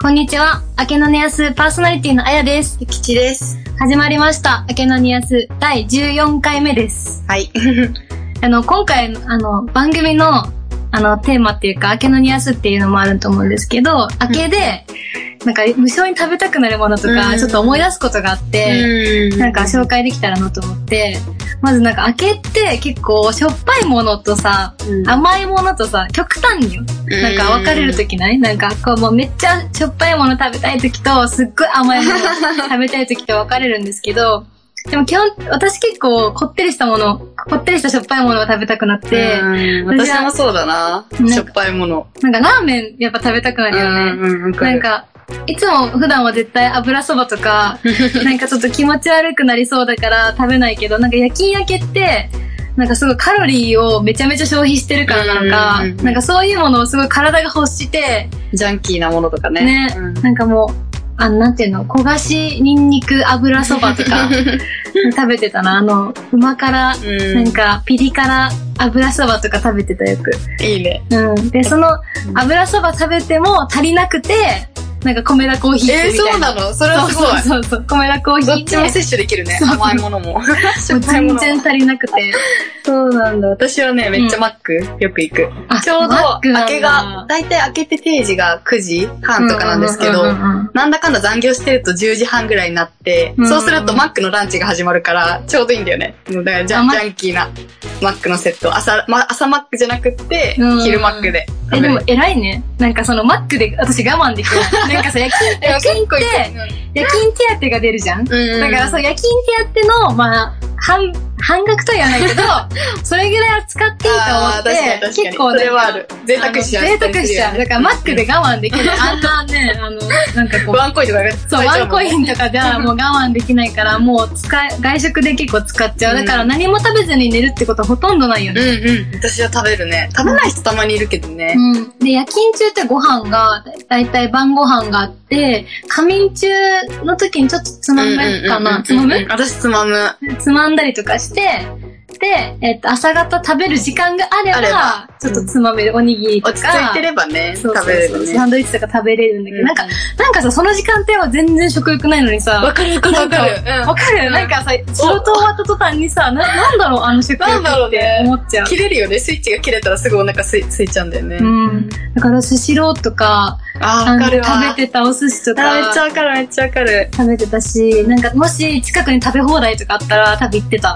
こんにちは。明けのニアスパーソナリティのあやです。ゆきちです。始まりました。明けのニアス第14回目です。 はい。あの、今回、あの、番組の、あの、テーマっていうか、明けのニアスっていうのもあると思うんですけど、明けで、なんか、無性に食べたくなるものとか、うんちょっと思い出すことがあって、うなんか紹介できたらなと思って、まずなんか、明けって結構、しょっぱいものとさ、甘いものとさ、極端によ。なんか別れると時ないなんかこうもうめっちゃしょっぱいもの食べたい時とすっごい甘 いもの食べたい時と分かれるんですけど、でも基本、私結構こってりしたもの、こってりしたしょっぱいものが食べたくなって、私は私もそうだななん。かしょっぱいもの。なんかラーメンやっぱ食べたくなるよね。うんうんわかなんるか、いつも普段は絶対油そばと か、なんかちょっと気持ち悪くなりそうだから食べないけど、なんか夜勤明けって、なんかすごいカロリーをめちゃめちゃ消費してるからなうんのうんうか、んなんかそういうものをすごい体が欲して、ジャンキーなものとかね。ねうんなんかもう、あの、なんていうの、焦がし、ニンニク、油そばと か食べてたな。あの、旨辛、うなんん。かピリ辛、油そばとか食べてたよく。いいね。うん。で、そのう、ん油そば食べても足りなくて、なんか米田コーヒーえみー、たそういな。なのそれはすごい。そうそうそうそう。米田コーヒどーっちもで、摂取できるね。そう甘いものも。しもょうっぱい全もの然も。足りなくて。そうなんだ。私はね、めっちゃマックよく行く。あちょうどマッ、クなんだ明けが、だいたい明けて定時が9時半とかなんですけどうんう、んうんうんなんだかんだ残業してると10時半ぐらいになって、うんそうするとマックのランチが始まるから、ちょうどいいんだよね。だからジあャンマジッャンキーなマックのセット。朝、ま、朝マックじゃなくってうん、昼マックでえ、食べでもる。偉いね。なんかそのマックで私我慢でき ない。なんかさ、夜勤、夜勤って、夜勤手当が出るじゃんうん。だからそう、夜勤手当の、まあ、半、半額とは言わないけ ど、それぐらいは使っていいと思あー確かにっ確かて、に結構それはあなんるか。贅沢しちゃう。あの贅沢しちゃう。だからマックで我慢でき る。あんなね、あの、なんかこう、ワンコインとかねそう、ワンコイン。ンとかじゃもう我慢できない から、もう使い、外食で結構使っちゃう。だから何も食べずに寝るってことはほとんどないようね。んうん。私は食べるね。食べない人たまにいるけどね。うん。で、夜勤中ってご飯が、だいたい晩ご飯があって、仮眠中の時にちょっとつまむかうんうんうんうな。んつまむ私つまむ。つまんだりとかして、で、えっと、朝方食べる時間があれば、あればちょっとつまめるおにぎりとか、落ち着いてればね、そう食そうべれるそうね。サンドイッチとか食べれるんだけど、なんか、なんかさ、その時間帯は全然食欲ないのにさ、わかるわかるわかる。うんわかる、うんなんかさ、仕事終わった途端にさ、な、なんだろう、あの食欲なんだろっうてね思っちゃう。切れるよね。スイッチが切れたらすぐお腹すいすいちゃうんだよね。うん。だから、スシローとか、あー、あわのか食るわ。べてたお寿司とあーめっちか、ゃわかる、めっちゃわかる。食べてたし、なんか、もし近くに食べ放題とかあったら、多分行って た。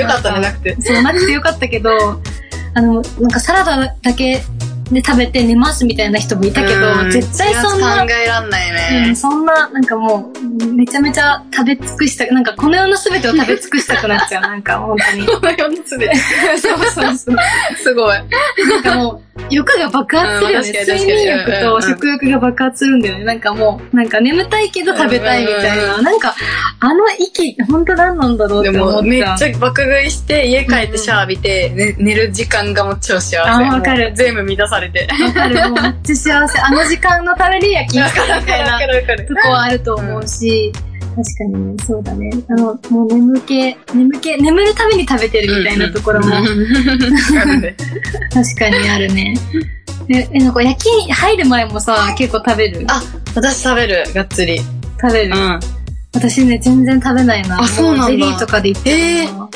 よかったね、なくて。そう、なくてよかったけど、あの、なんかサラダだけで食べて寝ますみたいな人もいたけうど、絶対そんな考、えらんないうねん。そんな、なんかもう、めちゃめちゃ食べ尽くしたく、なんかこの世の全てを食べ尽くしたくなっちゃう、なんか本当に。この4つで。そうそうそう。すごい。なんかもう、欲が爆発するよね。うん確かに睡眠欲うんうんうとん食欲が爆発するんだよね。なんかもう、なんか眠たいけど食べたいみたいうんうんな。なんか、あの息、本当何なんだろうでって思も、っめちっゃう。ちゃ爆食いして、家帰ってシャワー浴びて、ね寝る時間がもう超幸せ。あーわかるもう全部満たされて。わかる。もうめっちゃ幸せ。あの時間のために夜勤したみたいなわか。るわかると。こはあると思うし、確かにね、そうだね。あの、もう眠気、眠気、眠るために食べてるみたいなところもうんうんうんわかるね確かにあるね。え、えなんか夜勤入る前もさ、結構食べるあ私食べる、がっつり。食べる、ん。私ね、全然食べないな。あそうなんだもゼリーとかでいってるな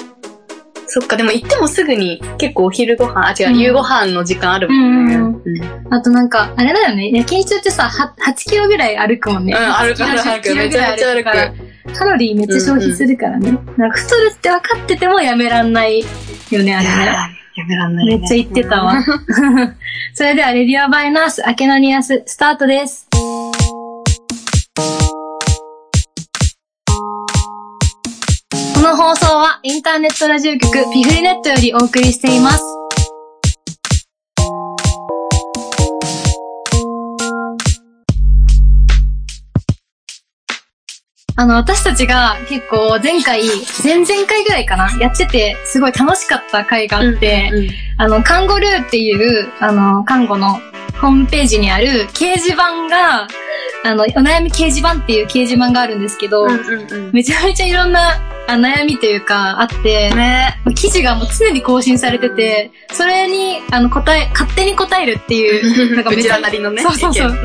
そっか、でも行ってもすぐに、結構お昼ご飯、あ、違う、うん夕ご飯の時間あるもんね。うんうんあとなんか、あれだよね。夜勤中ってさ、は8キロぐらい歩くもんね。うん歩く8歩くキロめちゃめちぐゃ歩くらいからカロリーめっちゃ消費するからね。なんか太るって分かっててもやめらんないよね、あれね。やめらんないめねっちゃ言ってたわ。 それでは、レディオバイナース、明けのニアス、スタートです。この放送は、インターネットラジオ局、ピフリネットよりお送りしています。あの、私たちが結構前回、前々回ぐらいかな、やってて、すごい楽しかった回があって、うんうんあの、看護ルーっていう、あの、看護のホームページにある掲示板が、あの、お悩み掲示板っていう掲示板があるんですけど、うんうんうんめちゃめちゃいろんなあ悩みというか、あって、ね。記事がもう常に更新されてて、それに、あの、答え、勝手に答えるって いう、なんかうめちちゃらなりのね。そうそうそう意見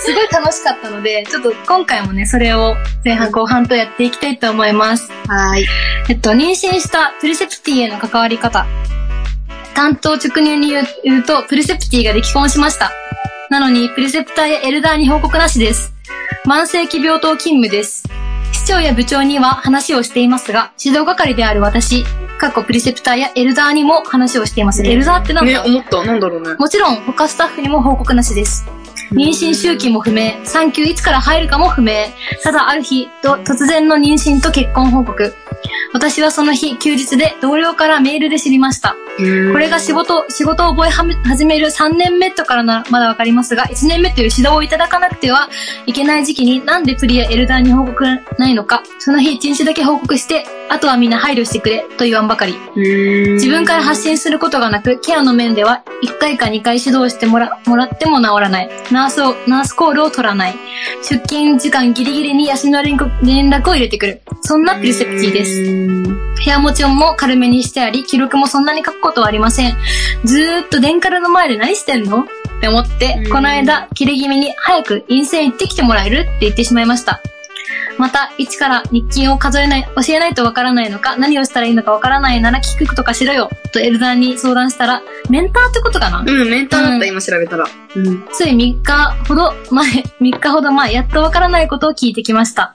すごい楽しかったので、ちょっと今回もね、それを前半後半とやっていきたいと思います。はい。えっと、妊娠したプリセプティへの関わり方。担当直入に言う言うと、プリセプティが離婚しました。なのに、プリセプターやエルダーに報告なしです。慢性期病棟勤務です。市長や部長には話をしていますが、指導係である私、過去プリセプターやエルダーにも話をしています。うんエルダーってなんだね、思った。なんだろうね。もちろん、他スタッフにも報告なしです。妊娠周期も不明、産休いつから入るかも不明、ただある日と、突然の妊娠と結婚報告。私はその日、休日で同僚からメールで知りました。うんこれが仕事、仕事を覚えはめ始める3年目とからならまだわかりますが、1年目という指導をいただかなくてはいけない時期になんでプリやエルダーに報告がないのか、その日1日だけ報告して、あとはみんな配慮してくれと言わんばかり。うん自分から発信することがなく、ケアの面では1回か2回指導してもらもらっても治らない。ナースを、ナースコールを取らない。出勤時間ギリギリに休みの連絡連絡を入れてくる。そんなプリセプティです。うん部屋持ちも軽めにしてあり、記録もそんなに書くことはありません。ずーっと電カルの前で何してんのって思ってう、んこの間、切れ気味に早く陰性行ってきてもらえるって言ってしまいました。また、一から日勤を数えない、教えないとわからないのか、何をしたらいいのかわからないなら聞くとかしろよ、とエルダーに相談したら、メンターってことかな、うん、メンターだっうんた、今調べたら。うん。つい3日ほど前、3日ほど前、やっとわからないことを聞いてきました。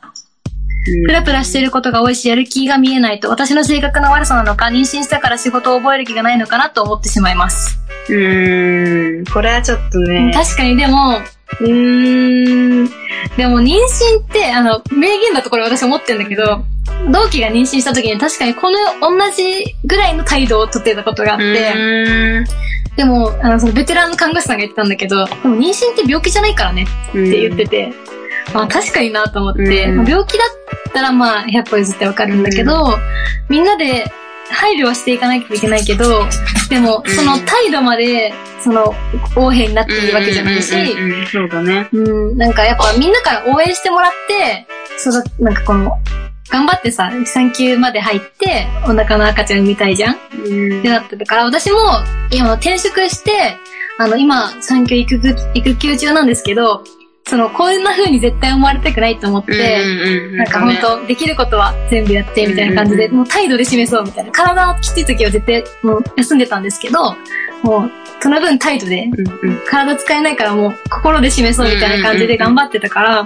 プラプラしていることが多いし、やる気が見えないと、私の性格の悪さなのか、妊娠したから仕事を覚える気がないのかなと思ってしまいます。うん。これはちょっとね。確かに、でも、うーん。でも妊娠って、あの、名言だとこれ私思ってるんだけど、同期が妊娠した時に確かにこの同じぐらいの態度をとってたことがあって、で、でも、あの、そのベテランの看護師さんが言ってたんだけど、でも妊娠って病気じゃないからねって言ってて、まあ確かになと思って、うんまあ病気だったらまあ100歩譲ってわかるんだけど、みんなで配慮はしていかなきゃいけないけど、でもうんその態度まで、その、横柄になっているわけじゃないし、うんうんうんそうだね。うん、なんかやっぱみんなから応援してもらって、その、なんかこの、頑張ってさ、産休まで入って、お腹の赤ちゃん産みたいじゃんってなってたから、私も、今転職して、あの、今、産休育休育休中なんですけど、その、こんな風に絶対思われたくないと思って、でなんか本当、できることは全部やって、みたいな感じで、うんもう態度で示そうみたいな。体はきつい時は絶対、もう休んでたんですけど、もう、その分態度で体使えないからもう心で示そうみたいな感じで頑張ってたから、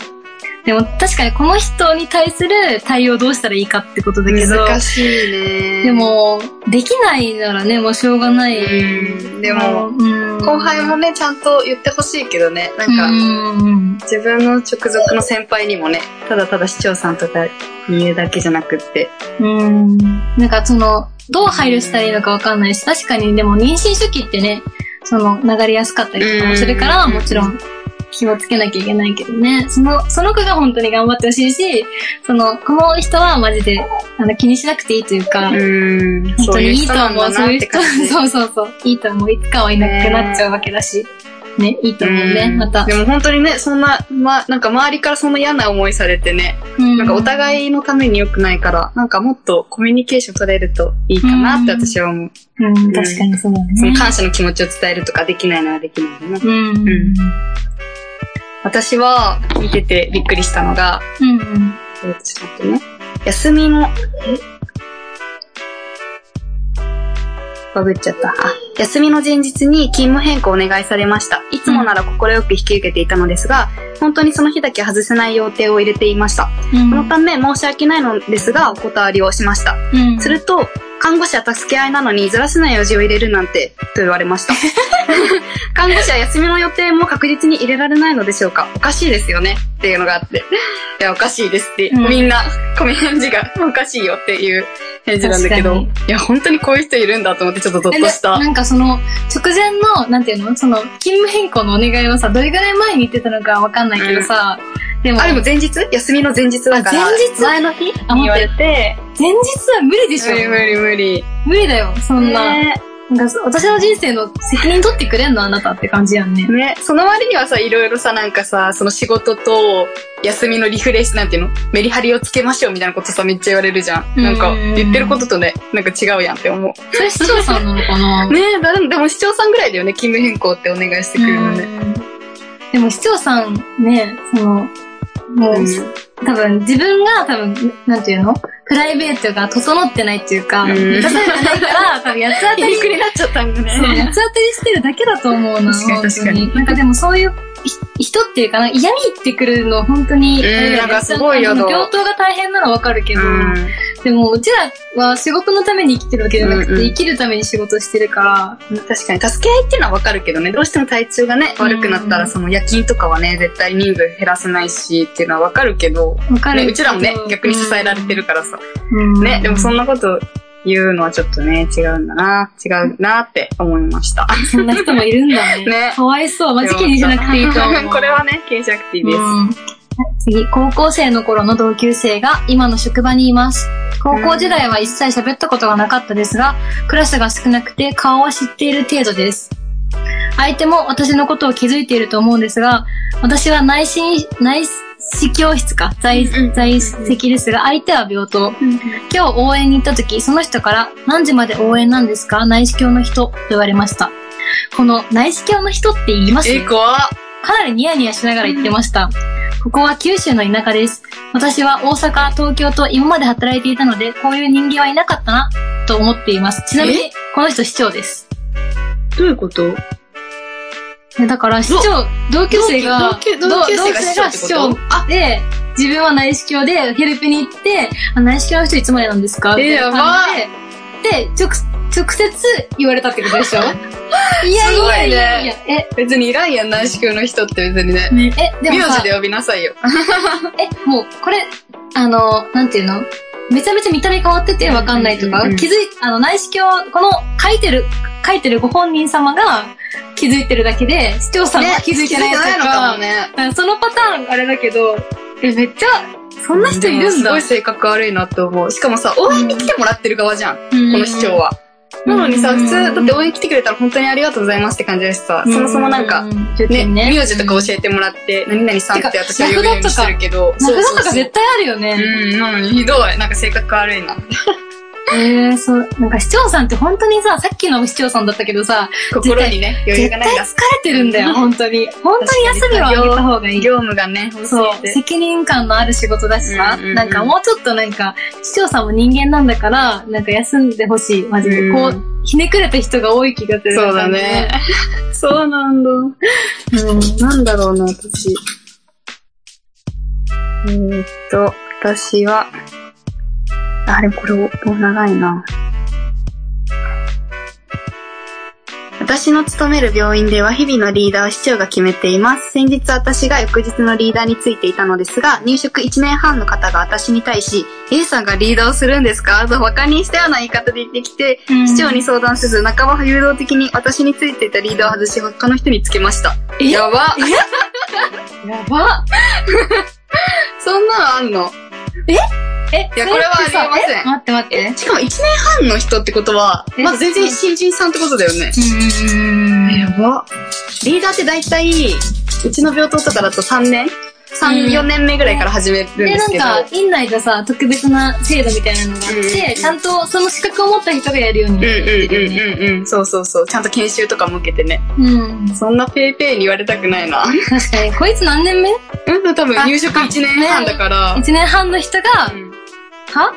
でも確かにこの人に対する対応どうしたらいいかってことだけど、難しいね。で、も、できないならね、もうしょうがなうい。ん、でも、うん後輩もね、ちゃんと言ってほしいけどね、なんか、うん自分の直属の先輩にもね、ただただ市長さんとかに言うだけじゃなくって、うん。なんかその、どう配慮したらいいのかわかんないし、確かにでも妊娠初期ってね、その流れやすかったりとかもするから、うんもちろん気をつけなきゃいけないけどね。その、その子が本当に頑張ってほしいし、その、この人はマジで、あの、気にしなくていいというか、うん、本当にいいと思そうう、そういいうう人人なんだなって感じ。、そうそうそう、いいと思う。いつかはいなくなっちゃうわけだし、ね、いいと思うね、うんまたで。も本当にね、そんな、ま、なんか周りからそんな嫌な思いされてね、ななんかお互いのために良くないから、なんかもっとコミュニケーション取れるといいかなって私は思う。うん、確かにそうだそのね。感謝の気持ちを伝えるとかできないのはできないよな。うん。うん。私は見ててびっくりしたのが、うん。えーちょっと待ってね。休みの、えバグっちゃった。あ、休みの前日に勤務変更をお願いされました。いつもなら快く引き受けていたのですが、本当にその日だけ外せない予定を入れていました。うんそのため申し訳ないのですが、お断りをしました。うんすると、看護師は助け合いなのにずらせない用事を入れるなんて、と言われ ました。看護師は休みの予定も確実に入れられないのでしょうかおかしいですよねっていうのがあって。いや、おかしいですって、うんみんな、この返事がおかしいよっていう返事なんだけど確、いや、本当にこういう人いるんだと思ってちょっとゾッとした。ななんかその、直前の、なんていうのその、勤務変更のお願いをさ、どれぐらい前に言ってたのかわかんないけどさ、でも、あ、でも前日休みの前日だから。あ前日前の日にあ言待っわてれて、前日は無理でしょ無理無理無理。無理だよ、そんな。ねなんか私の人生の責任取ってくれんのあなたって感じやんね。ね、その割にはさ、いろいろさ、なんかさ、その仕事と休みのリフレッシュなんていうのメリハリをつけましょうみたいなことさ、めっちゃ言われるじゃん。なんか、うん言ってることとね、なんか違うやんって思う。それ市長さんなのかなねえ、だでも市長さんぐらいだよね、勤務変更ってお願いしてくるのね。うんでも市長さんね、その、もう、うん多分自分が多分、なんていうのプライベートが整ってないっていうか、うん満たされてない から、多分八つ当た皮り肉になっちゃったんだそう、八ね。つ当たりしてるだけだと思うな。確かに確かに本当なんかでもそういうひ人っていうかな、嫌味言ってくるの本当に、うんあれだよねなんかすごいよその病棟が大変なのはわかるけど、でもうちらは仕事のために生きてるわけじゃなくて、うんうん生きるために仕事してるから、確かに、助け合いっていうのはわかるけどね、どうしても体調がね、悪くなったうら、んその夜勤とかはね、絶対人数減らせないしっていうのはわかるけど、わかるね、けどうちらもね、逆に支えられてる、からさ。うんね、でもそんんなこと言うのはちょっとね、違うんだな、違うなって思いました。そんな人もいるんだね。 ね。かわいそう。マジ気にしなくていいと思う。 これはね、軽弱点です。うん次、高校生の頃の同級生が今の職場にいます。高校時代は一切喋ったことがなかったですが、クラスが少なくて顔は知っている程度です。相手も私のことを気づいていると思うんですが、私は内心、内視教室か、在、うんうん在籍ですが、相手は病棟。今日応援に行った時、その人から何時まで応援なんですか内視鏡の人と言われました。この内視鏡の人って言いますえ、怖っかなりニヤニヤしながら言ってました。ここは九州の田舎です。私は大阪、東京と今まで働いていたので、こういう人間はいなかったな、と思っています。ちなみに、この人市長です。どういうことねだから市長、同級生が同、級同級生が市長って同級こと生が市長で、自分は内視鏡でヘルプに行って、あ内視鏡の人いつまでなんですかえやばって感じで、で、直、直接言われたってことで しょいやいやいやいや、別にいらんやん、内視鏡の人って別にね。え、え、でも名さ字、で呼びなさいよ。え、もう、これ、あの、なんていうのめちゃめちゃ見た目変わっててわかんないとか、うんうんうん気づい、あの、内視鏡、この書いてる、書いてるご本人様が気づいてるだけで、視聴者も気づいてないと気づいのか、かもね。だからそのパターンあれだけど、え、めっちゃ、そんな人いるんすだ。ごい性格悪いなと思う。しかもさ、応援に来てもらってる側じゃん。うんこの市長は。なのにさ、普通、だって応援来てくれたら本当にありがとうございますって感じだしさ、そもそもなんか、、ね、名字とか教ええてもらって、何々さんって私は呼ぶようにしてるけど、なくなとかそう絶対あるよね。うん、なのにひどい。なんか性格悪いな。えー、そう、なんか市長さんって本当にさ、さっきの市長さんだったけどさ、心にね、余絶裕が対ないんだ。疲れてるんだよ、本当に。本当に休みをあげた方がいい。業務がね、そう、責任感のある仕事だしさ、うんうんうんなんかもうちょっとなんか、市長さんも人間なんだから、なんか休んでほしい、マジで。うんこう、ひねくれた人が多い気がする。そうだね。そうなんだ。うん。なんだろうな、私。えーっと、私は、あれ、でもこれ、もう長いな。私の勤める病院では日々のリーダーを市長が決めています。先日私が翌日のリーダーについていたのですが、入職1年半の方が私に対し、A さんがリーダーをするんですかと馬鹿にしたような言い方で言ってきて、市長に相談せず、半ば誘導的に私についていたリードを外し、他の人につけました。えやば。やばそんなのあんのえ、いやこれはありえませんそれってさえ待って待って。しかも1年半の人ってことは、えまず全然新人さんってことだよね。やば。リーダーって大体、うちの病棟とかだと3年 ?3、うん4年目ぐらいから始めるんで、でなすけど。んか、院内がさ、特別な制度みたいなのがあっうんうんうんて、ちゃんとその資格を持った人がやるようにうんなってるよね。うんうんうんうん。そうそうそう。ちゃんと研修とかも受けてね。うん。そんなペーペーに言われたくないな。確かに、こいつ何年目 ?1 うん、多分入職1年半だから。年半の人が、うんは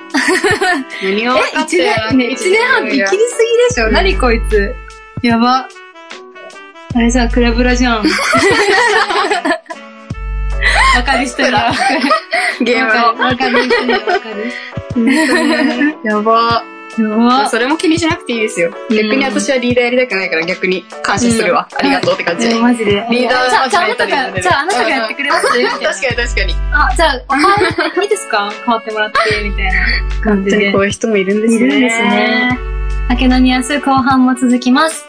何がえ、分かっ一てやらん年、ね、一年半って切りすぎでしょ、うん何こいつ。やば。あれじゃん、クラブラじ ゃん。わかる人には。ゲームの。わかる人にはわか る。やば。やば。それも気にしなくていいですよ。うん逆に私はリーダーやりたくないから逆に感謝するわ。うんありがとうって感じ。えマジで。リーダーじゃあ、じゃああな間違えたたりやられが、るじゃああなたがやってくれるっていうみたいな確かに確かに。あ、じゃあ、変わいいですか変わってもらって、みたいな感本じ当にでこ。ういう人もいるんですいね。るんですね。明けのニュアンス後半も続きます。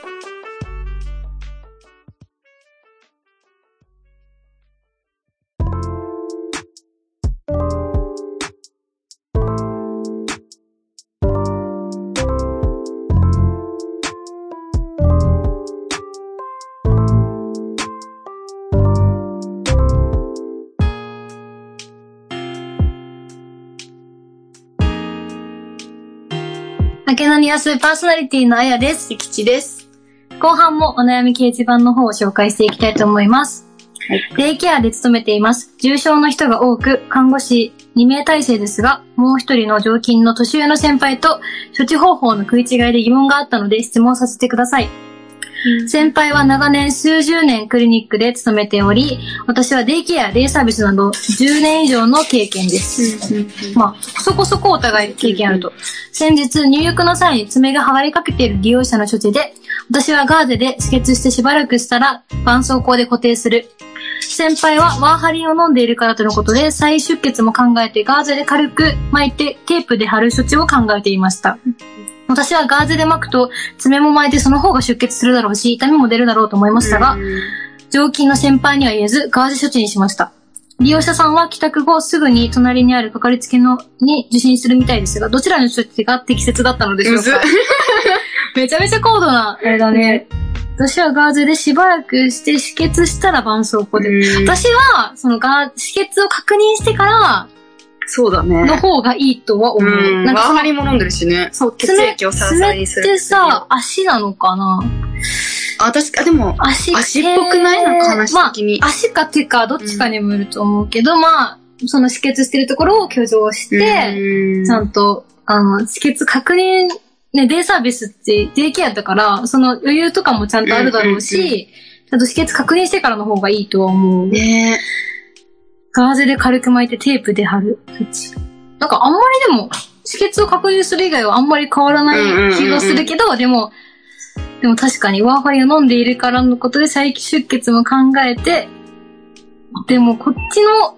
明けのニアスパーソナリティのあやです。ゆきちです。後半もお悩み掲示板の方を紹介していきたいと思います。はいデイケアで勤めています。重症の人が多く、看護師2名体制ですが、もう一人の常勤の年上の先輩と、処置方法の食い違いで疑問があったので質問させてください。先輩は長年数十年クリニックで勤めており、私はデイケア、デイサービスなど10年以上の経験です。まあ、そこそこお互い経験あると。先日、入浴の際に爪が剥がれかけている利用者の処置で、私はガーゼで止血してしばらくしたら、絆創膏で固定する。先輩はワーハリンを飲んでいるからとのことで、再出血も考えてガーゼで軽く巻いて、テープで貼る処置を考えていました。私はガーゼで巻くと、爪も巻いてその方が出血するだろうし、痛みも出るだろうと思いましたが、常勤の先輩には言えず、ガーゼ処置にしました。利用者さんは帰宅後すぐに隣にあるかかりつけのに受診するみたいですが、どちらの処置が適切だったのでしょうむずかめちゃめちゃ高度な、あれだね。私はガーゼでしばらくして止血したら絆創膏で。私は、そのガー、止血を確認してかそうだらのね。方がいいとはう思う。ん。なんワーかそのハリンも飲んでるしね。そう、血液をサラサラにする爪ってさ、足なのかなあ、確か、でも、足足っぽくないなんか話的にまあ、足か手かどっちかにもよると思うけど、まあ、その止血してるところを許容して、うんちゃんと、あの、止血確認、ね、デイサービスってデイケアだから、その余裕とかもちゃんとあるだろうし、うんうんちゃんと止血確認してからの方がいいとは思う。ねガーゼで軽く巻いてテープで貼る。そっちなんかあんまりでも、止血を確認する以外はあんまり変わらない気がするけど、でも、でも確かにワーファリンを飲んでいるからのことで再出血も考えて、でもこっちの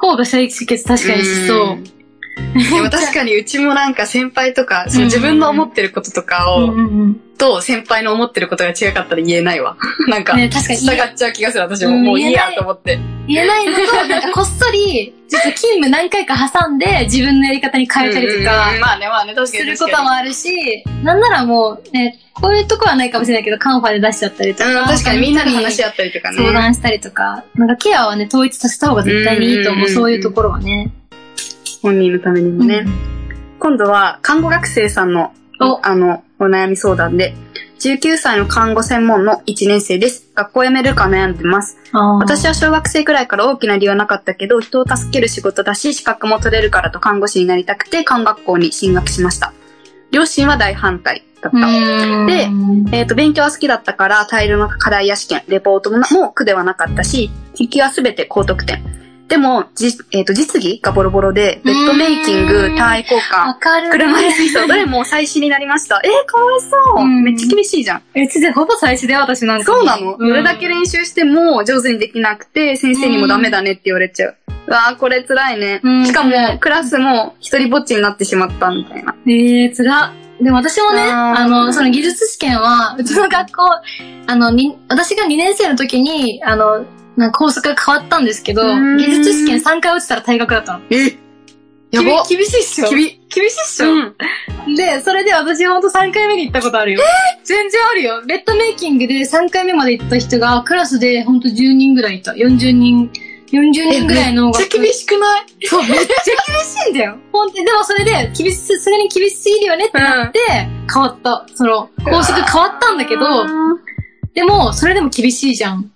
方が再出血確かにしそう。んで も確かにうちもなんか先輩とか、その自分の思ってることとかうんを、うんうんと先輩の思ってることが違かったら言えないわ。 なんか、ね確かに従っちゃう気がする、私も。うんもういい言えなやいと思って。言えないのと、なんかこっそり、ちょっと勤務何回か挟んで自分のやり方に変えたりとか、うんまあね、まあね、確かすに。ることもあるし、なんならもうね、こういうとこはないかもしれないけど、カンファで出しちゃったりとうんか、確かにみんなで話し合合ったりとかね。相談したりとか、なんかケアはね、統一させた方が絶対にいいとうんうん思うう、んそういうところはね。本人のためにもね。うん今度は看護学生さんのおあのお悩み相談で19歳の看護専門の1年生です。学校辞めるか悩んでます。あー私は小学生くらいから大きな理由はなかったけど、人を助ける仕事だし、資格も取れるからと看護師になりたくて、看護学校に進学しました。両親は大反対だった。うんでうんえっ、と、勉強は好きだったから、大量の課題や試験、レポートもなもう苦ではなかったし、筆記はすべて高得点。でも、じえっ、と、実技がボロボロで、ベッドメイキンうグ、ん単位交換わ、かる。車椅子人どれも最新になりました。えー、かわいそう、うんめっちゃ厳しいじゃん。うちでほぼ最初で私なんか。そうなの、うんどれだけ練習しても上手にできなくて、先生にもダメだねって言われちゃう。うわあこれ辛いね。うんしか辛いも、クラスも一人ぼっちになってしまったみたいな。ええー、つら。でも私もね、あーあの、その技術試験は、うちの学校、あの、に、私が2年生の時に、あの、なんか校則が変わったんですけど、うーん技術試験3回落ちたら退学だったの。えやば厳厳しいっしょきび。厳しいっしょ、うん。で、それで私ほんと3回目に行ったことあるよ。全然あるよ。ベッドメイキングで3回目まで行った人が、クラスでほんと10人ぐらいいた。40人、40人ぐらいの学校しくないそう、めっちゃ厳しいんだよ。本当に。でもそれで、厳しす、それに厳しすぎるよねってなって、変わった。その、法則変わったんだけど、でも、それでも厳しいじゃん。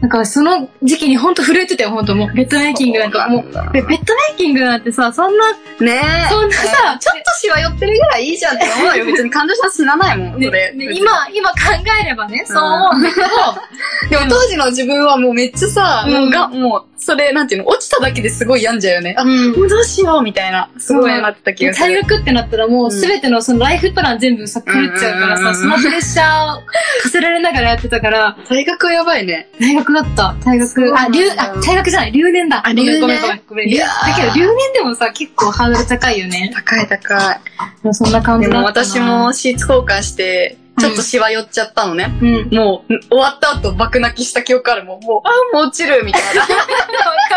なんか、その時期にほんと震えてたよ、ほんともう。ベッドメイキングなんかもう。ベベッドメイキングなんてさ、そんな、ねえ。そんなさ、ちょっとしわ寄ってるぐらいいいじゃんって思うよ。 別に感動したら死なないもん、ねそれ。ね今、今考えればね、そう思うんだけど、でも当時の自分はもうめっちゃさ、うんもうが、もう、それ、なんていうの、落ちただけですごい病んじゃうよね。あ、もうどうしようみたいな、すごいなってた気がす退る。学ってなったらもうすべてのそのライフプラン全部さ、狂っちゃうからうんさ、そのプレッシャーを課せられながらやってたから、大学はやばいね。大学だった。大そう学。なあ、んだ留、あ、大学じゃない、留年だ。あごめん留年ごめんごめんごめん。いやだーけど、留年でもさ、結構ハードル高いよね。高い高い。でもそんな感でじだもったな私も、シーツ交換して、ちょっとしわ寄っちゃったのね。うん。わもう、終わった後、爆泣きした記憶あるもん。もう、あ、もう落ちるみたいな。か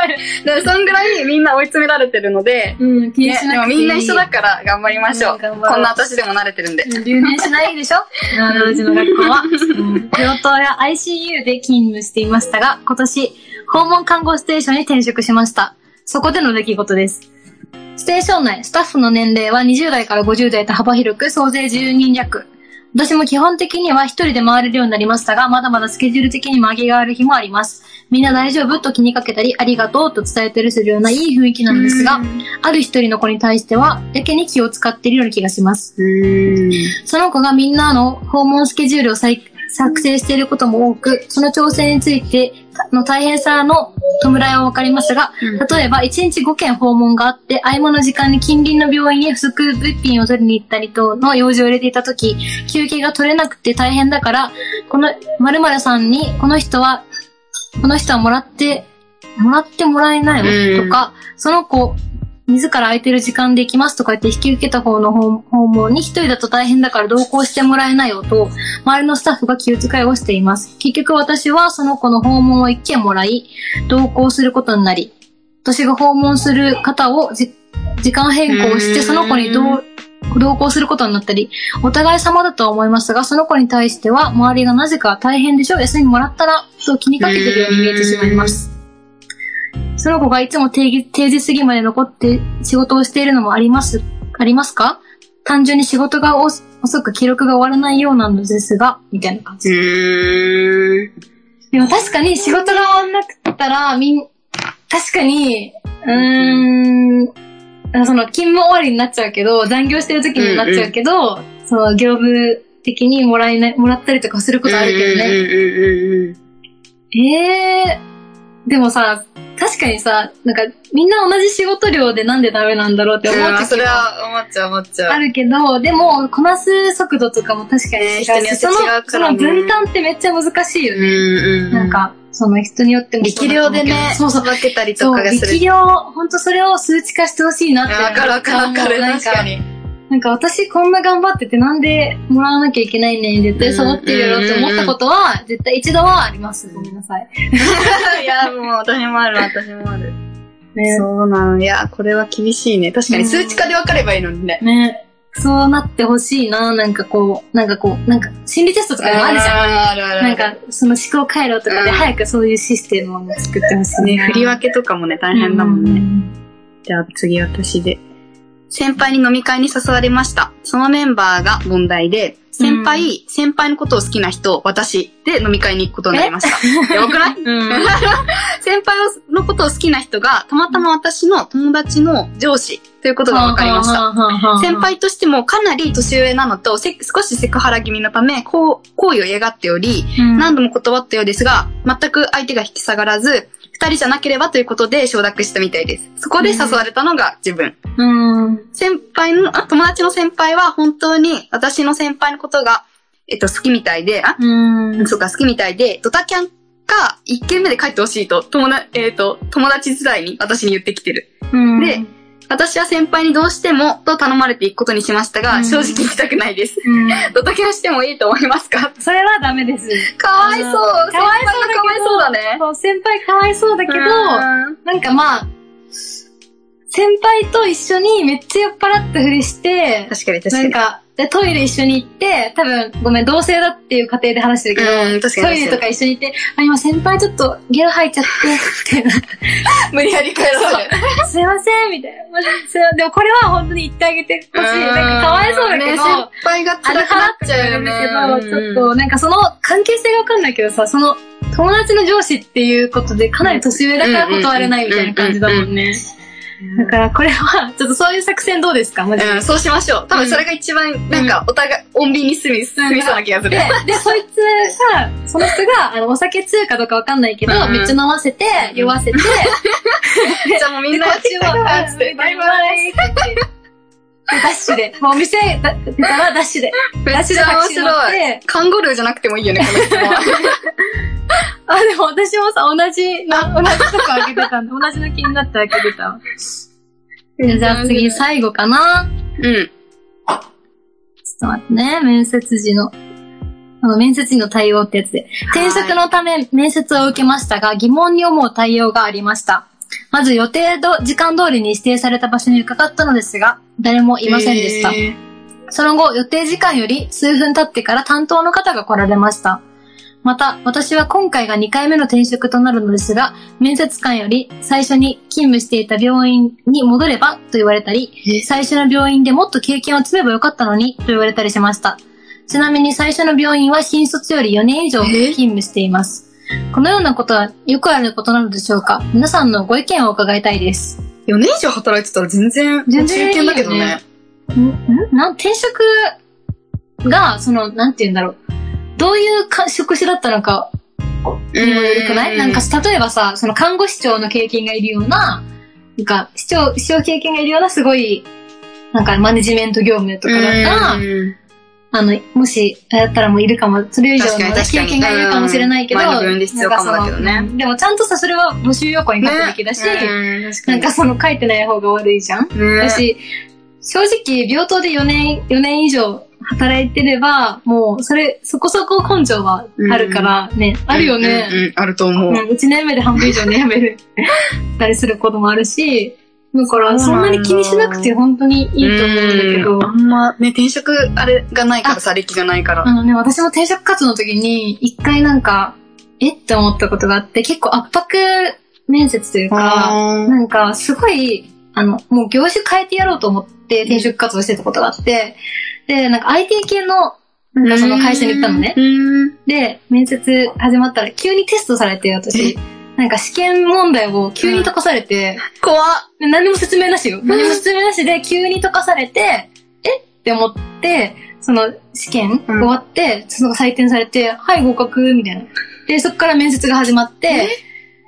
る。だからそんぐらいみんな追い詰められてるので、うん、気にね、しでなもくていい。みんな一緒だから頑張りましょう。うんこ頑ん張ろうな私でも慣れてるんで。うん留年しないでしょあのうちの学校は。うん病棟や ICU で勤務していましたが、今年、訪問看護ステーションに転職しました。そこでの出来事です。ステーション内、スタッフの年齢は20代から50代と幅広く、総勢10人弱。私も基本的には一人で回れるようになりましたが、まだまだスケジュール的に曲げがある日もあります。みんな大丈夫と気にかけたり、ありがとうと伝えたりするようないい雰囲気なんですがう、ある一人の子に対しては、やけに気を使っているような気がします。ーん。その子がみんなの訪問スケジュールを作作成していることも多く、その調整についての大変さの弔いはわかりますが、例えば1日5件訪問があって、合間の時間に近隣の病院へ不足物品を取りに行ったり等の用事を入れていたとき、休憩が取れなくて大変だから、この〇〇さんに、この人は、この人はもらって、もらってもらえないうよんとか、その子、自ら空いてる時間で行きますとか言って引き受けた方の訪訪問に一人だと大変だから同行してもらえないよと、周りのスタッフが気遣いをしています。結局私はその子の訪問を一件もらい、同行することになり、私が訪問する方をじ時間変更しうーて、んその子に同同行することになったり、お互い様だとは思いますが、その子に対しては、周りがなぜか大変でしょ休みもらったら、と気にかけてるように見えてしまいます。その子がいつも定義定時過ぎまで残って仕事をしているのもあります、ありますか単純に仕事がお遅く記録が終わらないようなのですが、みたいな感じ。うーん。でも確かに仕事が終わんなかったら、みん、確かに、うーん、その勤務終わりになっちゃうけど、残業してる時になっちゃうけど、その業務的にもらえない、もらったりとかすることあるけどね。ね。えー、でもさ、確かにさ、なんかみんな同じ仕事量でなんでダメなんだろうって思ううん、そ時れはは思っちゃう思っちゃあう。るけど、でも、こなす速度とかも確かに違うし、ね人によって違そうのからね、その分担ってめっちゃ難しいようね。んうなん、か、その人によってもそう力だと量思うけでど。ね、そうそう。分けたりとそかう、がする力。量、ほんとそれを数値化してほしいなって。あわかるわかるわかる、なん確かに。なんか私こんな頑張っててなんでもらわなきゃいけないねん、絶対サボってるやろって思ったことは、絶対一度はあります。ごめんなさい。 いや、もう私もある、私もある。ねそうなの。いや、これは厳しいね。確かにうん数値化で分かればいいのにね。ねそうなってほしいな、なんかこう、なんかこう、なんか心理テストとかでもあるじゃん。ん。あるあるある。なんか、その思考回路とかうんで早くそういうシステムを作ってほしいな。ね、振り分けとかもね、大変だもんね。ね。じゃあ次私で。先輩に飲み会に誘われました。そのメンバーが問題で、先輩、先輩のことを好きな人、私で飲み会に行くことになりました。やばくないうん。先輩のことを好きな人が、たまたま私の友達の上司ということが分かりました。た先輩としてもかなり年上なのと、せ少しセクハラ気味のため、こう、好意を嫌がっており、何度も断ったようですが、全く相手が引き下がらず、二人じゃなければということで承諾したみたいです。そこで誘われたのが自分。うん。先輩の、あ友達の先輩は本当に私の先輩のことが、えっと、好きみたいで、あ、うん。そうか、好きみたいで、ドタキャンか、一軒目で帰ってほしいと、友達、えっと、友達時代に私に言ってきてる。うんで、私は先輩にどうしてもと頼まれていくことにしましたが、うん正直行きたくないです。うんドタキャンしてもいいと思いますかそれはダメです。かわいそう。か先輩がわいそうだけどかわいそうだね。そう先輩かわいそうだけど、うんなんかまあ、先輩と一緒にめっちゃ酔っ払ったふりして、確かに確かなに。んか、で、トイレ一緒に行って、多分、ごめん、同性だっていう過程で話してるけど、うん、確かトにイレ確とかか一緒に行って、あ、今先輩ちょっとゲロ吐いちゃって、みたいに。無理やり帰らせる。な。すいません、みたいな。すいませんでもこれは本当に言ってあげてほしい。なんかかわいそうだけねど、先輩が辛くなっちゃうよね。だけど、ちょっと、なんかその関係性がわかんないけどさ、その友達の上司っていうことでかなり年上だから断れないみたいな感じだもんね。だからこれは、ちょっとそういう作戦どうですかマジで。うん、そうしましょう。多分それが一番、なんか、お互い、穏便に済み、済みそうな気がするで。、で、そいつが、その人が、あの、お酒強いかどうかわかんないけどう、んめっちゃ飲ませて、酔わせ て、 じゃあもうみんで、こなやっってちきを、たから、つあっのて。ババイイババイって言って、でダッシュで、もうお店だ出たらダッシュで、イ。ダめッっシュちでゃ拍面手乗っ白い。て、カンゴルーじゃなくてもいいよね、この人は。あ、でも私もさ、同じな、同じとこ開けてたんで、同じの気になって開けてたわ。じゃあ次、最後かな。うん。ちょっと待ってね、面接時の。あの、面接時の対応ってやつで。転職のため面接を受けましたが、疑問に思う対応がありました。まず予定ど、時間通りに指定された場所に伺ったのですが、誰もいませんでした。えその後、予定時間より数分経ってから担当の方が来られました。また、私は今回が2回目の転職となるのですが、面接官より最初に勤務していた病院に戻ればと言われたり、最初の病院でもっと経験を積めばよかったのにと言われたりしました。ちなみに最初の病院は新卒より4年以上勤務しています。このようなことはよくあることなのでしょうか皆さんのご意見を伺いたいです。 4年以上働いてたら全然、全然いいよね中堅だけどね。んんなん転職が、その、なんて言うんだろう。どういうか職種だったのかうにもよるくないなんか、例えばさ、その看護師長の経験がいるような、なんか、市長、市長経験がいるような、すごい、なんか、マネジメント業務とかだったら、うんあの、もし、やったらもういるかも、それ以上確かのに確か経に験がいるかもしれないけど、うん前の病院で必要かもだけどねなんかそのでも、ちゃんとさ、それは募集要項に書くべきだし、うんなんか、その、書いてない方が悪いじゃん確かにねだし、正直、病棟で4年、4年以上働いてれば、もう、それ、そこそこ根性はあるから、ね、あるよね。うんうんうん、あると思う。うん、1年目で半分以上で辞める たりすることもあるし、だからそうそなんんだなに気にしなくて本当にいいと思うんだけどう、あんま、ね、転職、あれがないからさ、歴がないから。あのね、私も転職活動の時に一回なんか、えって思ったことがあって、結構圧迫面接というか、あーなんかすごい、あの、もう業種変えてやろうと思って転職活動してたことがあって、で、なんか IT 系の、なんかその会社に行ったのね。うん。で、面接始まったら急にテストされて、私。なんか試験問題を急に解かされて、怖っ。で何も説明なしよ。何も説明なしで急に解かされて、えって思って、その試験うん終わって、その採点されて、はい合格、みたいな。で、そっから面接が始まって、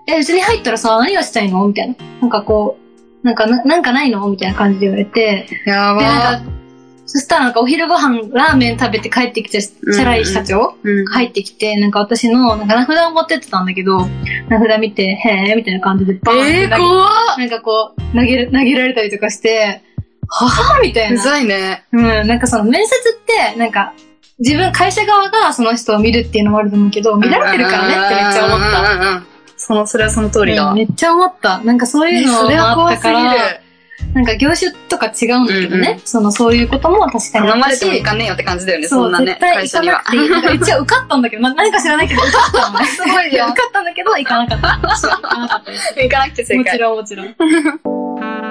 え、うちに入ったらさ、何がしたいのみたいな。なんかこう、なんかな、なんかないのみたいな感じで言われて、で、やばなんか、そしたらなんかお昼ご飯ラーメン食べて帰ってきた、チャラい社長、うん入ってきて、なんか私の、なんか名札を持ってってたんだけど、名札見て、へーみたいな感じでバーンってえー、投げ、怖っ。 なんかこう、投げる、投げられたりとかして、はぁみたいうな。ざいね。うん、なんかその面接って、なんか、自分会社側がその人を見るっていうのもあると思うけど、見られてるからねってめっちゃ思った。った。その、それはその通りだうわ。んめっちゃ思った。なんかそういうのそれはもあっ怖すたぎから、る。なんか業種とか違うんだけどね。うんうそのそういうことも確かにあ頼っまたれてもいし、かねえよって感じだよね、そそんう、なね絶、対会行社かになはく。ていい。なんか一応受かったんだけど、な何か知らないけど受かったのね。す ごいいやよ受。かったんだけど、行かなかった。 行かなかったです。行かなくて正もち解。ろん、もちろん。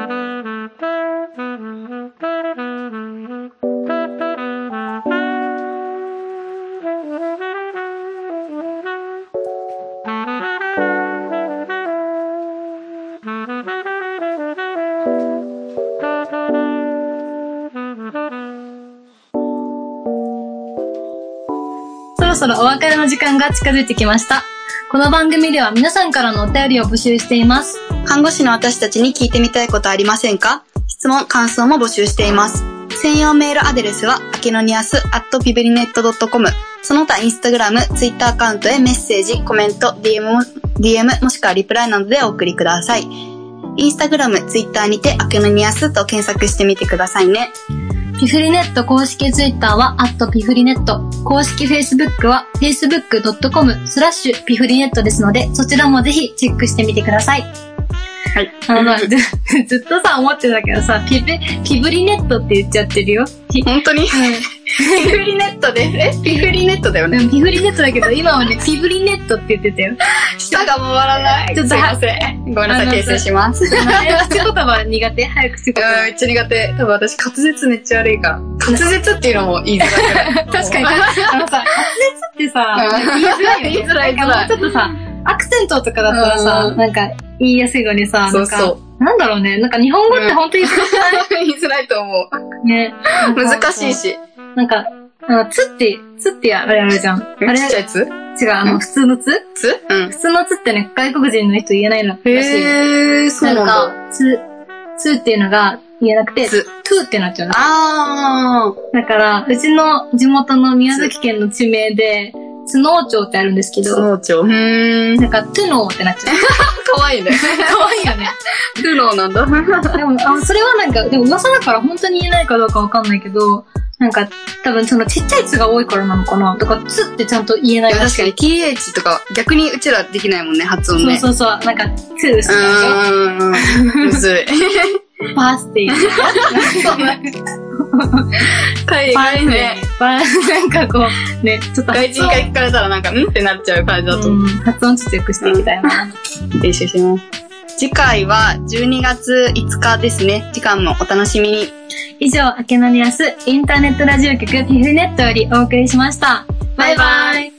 そろそろお別れの時間が近づいてきました。この番組では皆さんからのお便りを募集しています。看護師の私たちに聞いてみたいことありませんか質問、感想も募集しています。専用メールアドレスは、あけのにあす、アットピブリネットドットコム。その他、インスタグラム、ツイッターアカウントへメッセージ、コメント、DM も、DM もしくはリプライなどでお送りください。インスタグラム、ツイッターにて、あけのにあすと検索してみてくださいね。ピフリネット公式ツイッターは、アットピフリネット。公式 Facebook は、facebook.com スラッシュピフリネットですので、そちらもぜひチェックしてみてください。はい。あの、ずずっとさ、思ってたけどさ、ピブ、ピブリネットって言っちゃってるよ。ピ本当にピフリネットで、えピフリネットだよでね。もピフリネットだけど、今はね、ピブリネットって言ってたよ。舌が回らない。ちょっとすいません。ごめんなさい、あの訂正します。う早口言葉苦手早口言ん、葉。めっちゃ苦手。多分私、滑舌めっちゃ悪いから。滑舌っていうのも言いづらい。確かに、あのさ、滑舌ってさ、うん言いづらいよね。言いづらいなんかもうちょっとさ、アクセントとかだったらうさ、んなんか言いやすいのにさ、そなうんそか、う。なんだろうね、なんか日本語って本当に言いづらいと思う。ね、 難しい。し。なんか、あの、つって、つってやられるじゃん。あちれ、っちゃ違いつう、あの、普通のつつうん。普通のつってね、外国人の人言えないのらしい。へー、そうななんんか、だ。つ、つっていうのが言えなくて、つトゥってなっちゃうの。あだから、うちの地元の宮崎県の地名で、津能町ってあるんですけー。ど、そうちょ。うーん。なんか、トゥノーってなっ ちゃう。かわいいね。可愛いよね。苦労なん だ。でも、あそれはなんか、でも噂だから本当に言えないかどうかわかんないけど、なんか、多分そのちっちゃい「つ」が多いからなのかな。だから、つってちゃんと言えないいやらし確かい。に TH とか逆にうちらできないもんね、発音そうね。そうそう。なんか、つーしょ。う ーん。むずい。パースって言う。 そうね海バ外レねね。。バレ、なんかこう、ね、ちょっと外人から聞かれたらなんか、んってなっちゃう感じだと思う。うん発音ちょっと良くしていきたいな。練習します。次回は12月5日ですね。時間もお楽しみに。以上、明けのニュアス、インターネットラジオ局ティフネットよりお送りしました。バイバイ。